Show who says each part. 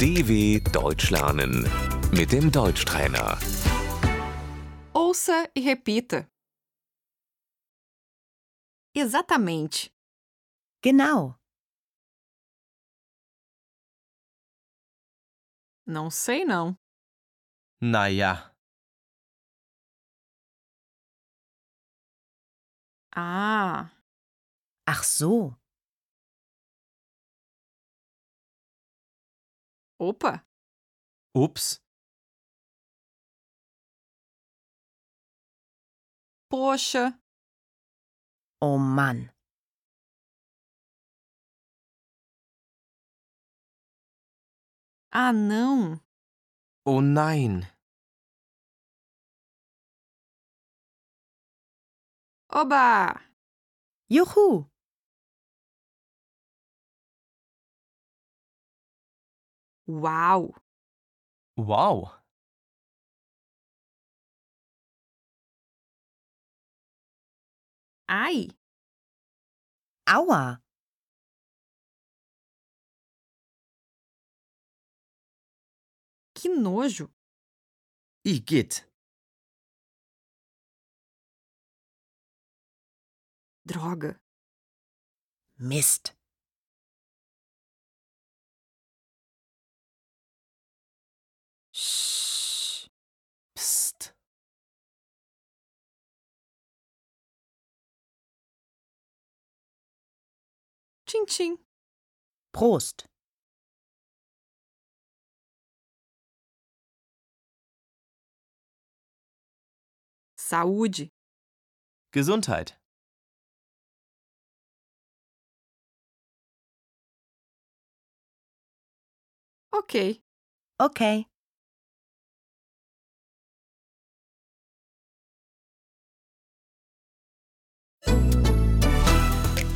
Speaker 1: DW Deutsch lernen mit dem Deutschtrainer.
Speaker 2: Ouça e repita. Exatamente.
Speaker 3: Genau.
Speaker 2: Não sei não.
Speaker 4: Naja,
Speaker 2: Ah,
Speaker 3: Ach so.
Speaker 2: opa,
Speaker 4: ups,
Speaker 2: poxa,
Speaker 3: Oh Mann.
Speaker 2: ah não,
Speaker 4: oh nein,
Speaker 2: oba,
Speaker 3: Juhu.
Speaker 2: uau,
Speaker 4: wow,
Speaker 2: ai,
Speaker 3: Aua.
Speaker 2: que nojo,
Speaker 4: igitt,
Speaker 2: droga,
Speaker 3: Mist.
Speaker 2: shhh,
Speaker 4: psst,
Speaker 2: tchim tchim.
Speaker 3: Prost.
Speaker 2: Saúde,
Speaker 4: Gesundheit,
Speaker 2: ok,
Speaker 3: Okay.